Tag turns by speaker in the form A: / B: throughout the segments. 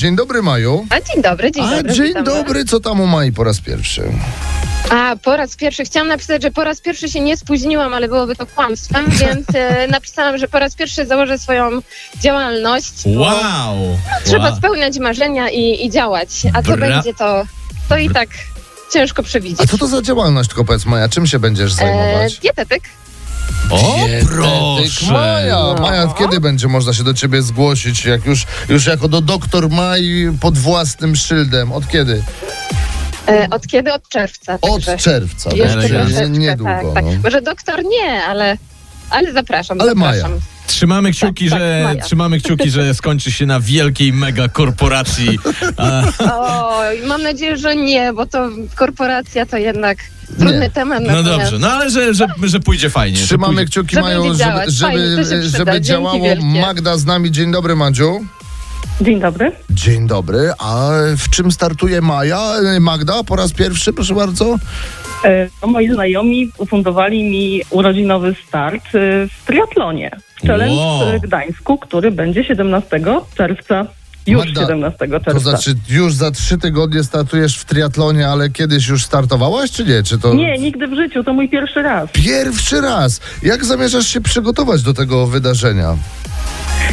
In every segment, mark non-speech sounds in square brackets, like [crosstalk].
A: Dzień dobry, Maju.
B: A dzień dobry, dzień
A: A,
B: dobry.
A: dzień
B: witam
A: dobry, co tam u Mai po raz pierwszy?
B: was. A, po raz pierwszy. Chciałam napisać, że po raz pierwszy się nie spóźniłam, ale byłoby to
A: [laughs]
B: kłamstwem, więc e, napisałam, że po raz pierwszy założę swoją działalność. bo
C: Wow!
B: No, Trzeba
C: wow.
B: spełniać marzenia i, i działać. A co
C: Bra-
B: będzie, to, to i tak ciężko
A: A
B: przewidzieć.
A: co to za działalność, tylko powiedz, Maja, czym się będziesz
B: E,
A: zajmować?
B: dietetyk.
C: O
A: Dietetyk
C: proszę!
A: Maja, Maja, kiedy będzie można się do ciebie zgłosić? Jak już, już jako do doktor Maj pod własnym szyldem. Od kiedy?
B: E, od kiedy? Od czerwca.
A: Od
B: także
A: czerwca.
B: Jeszcze
A: dobrze,
B: troszeczkę,
A: nie, niedługo.
B: tak, tak.
A: No.
B: Może doktor nie, ale, ale zapraszam.
A: Ale
B: zapraszam.
A: Maja.
C: Trzymamy kciuki,
B: Tak, tak,
C: że
B: Maja.
C: trzymamy kciuki, że skończy się na wielkiej mega korporacji.
B: [laughs] Oj, mam nadzieję, że nie, bo to korporacja to jednak
A: Nie.
B: trudny temat.
C: No
B: natomiast-
C: dobrze, no ale że, że, że pójdzie fajnie. że
A: Trzymamy
C: pójdzie.
A: kciuki,
B: Że
A: Maju,
B: będzie
A: żeby,
B: działać. Fajnie, to się
A: żeby,
B: przyda.
A: żeby
B: Dzięki
A: działało.
B: wielkie.
A: Magda z nami. Dzień dobry, Madziu.
D: Dzień dobry.
A: Dzień dobry. A w czym startuje Maja? Magda, po raz pierwszy, proszę bardzo.
D: E, no, moi znajomi ufundowali mi urodzinowy start e, w triatlonie. W challenge
C: Wow.
D: w Gdańsku, który będzie 17 czerwca. Już
A: Magda,
D: 17 czerwca.
A: To znaczy, już za trzy tygodnie startujesz w triatlonie, ale kiedyś już startowałaś, czy nie? Czy to...
D: Nie, nigdy w życiu, to mój pierwszy raz.
A: Pierwszy raz. Jak zamierzasz się przygotować do tego wydarzenia?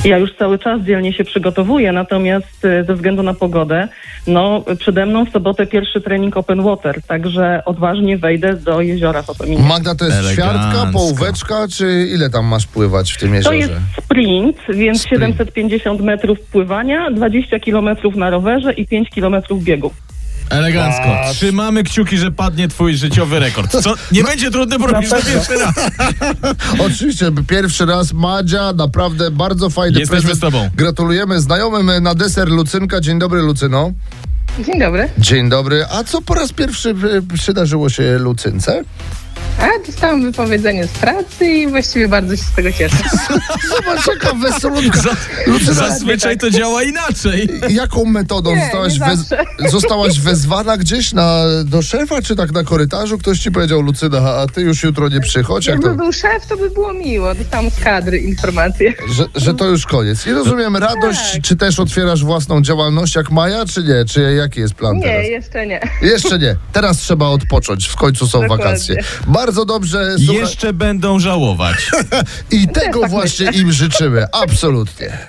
D: Ja już cały czas dzielnie się przygotowuję, natomiast e, ze względu na pogodę, no przede mną w sobotę pierwszy trening open water, także odważnie wejdę do jeziora w Opominie.
A: Magda, to jest
C: Elegancko.
A: ćwiartka, połóweczka, czy ile tam masz pływać w tym
D: To
A: jeziorze?
D: jest sprint, więc
A: Sprint.
D: 750 metrów pływania, 20 kilometrów na rowerze i 5 kilometrów biegu.
C: Elegancko. Trzymamy kciuki, że padnie twój życiowy rekord. Co?
A: No,
C: Nie będzie trudny, bo robisz to pierwszy raz.
A: Oczywiście, pierwszy raz Madzia, naprawdę bardzo fajny
C: Jesteśmy
A: prezent.
C: z tobą.
A: Gratulujemy znajomym na deser Lucynka. Dzień dobry, Lucyno.
E: Dzień dobry.
A: Dzień dobry. A co po raz pierwszy y, przydarzyło się Lucynce?
E: A dostałam wypowiedzenie z pracy i właściwie bardzo się z tego cieszę.
A: Zobacz, jaka
C: [laughs]
A: wesolunka. Lucyna,
C: Zazwyczaj to działa inaczej.
A: jaką metodą
E: Nie,
A: zostałaś,
E: nie zawsze. [laughs]
A: zostałaś wezwana gdzieś na, do szefa, czy tak na korytarzu? Ktoś ci powiedział, Lucyna, a ty już jutro nie przychodź? Jak to,
E: Jakby był szef, to by było miło. Dostałam z kadry informację.
A: że, że to już koniec. I rozumiem, radość, czy też otwierasz własną działalność jak Maja, czy nie? Czy jaki jest plan teraz?
E: Nie, jeszcze nie.
A: Jeszcze nie. Teraz trzeba odpocząć. W końcu są
E: Dokładnie.
A: wakacje. Bardzo dobrze. Słuchaj,
C: Jeszcze będą żałować.
E: tak
A: I tego właśnie im życzymy. Absolutnie.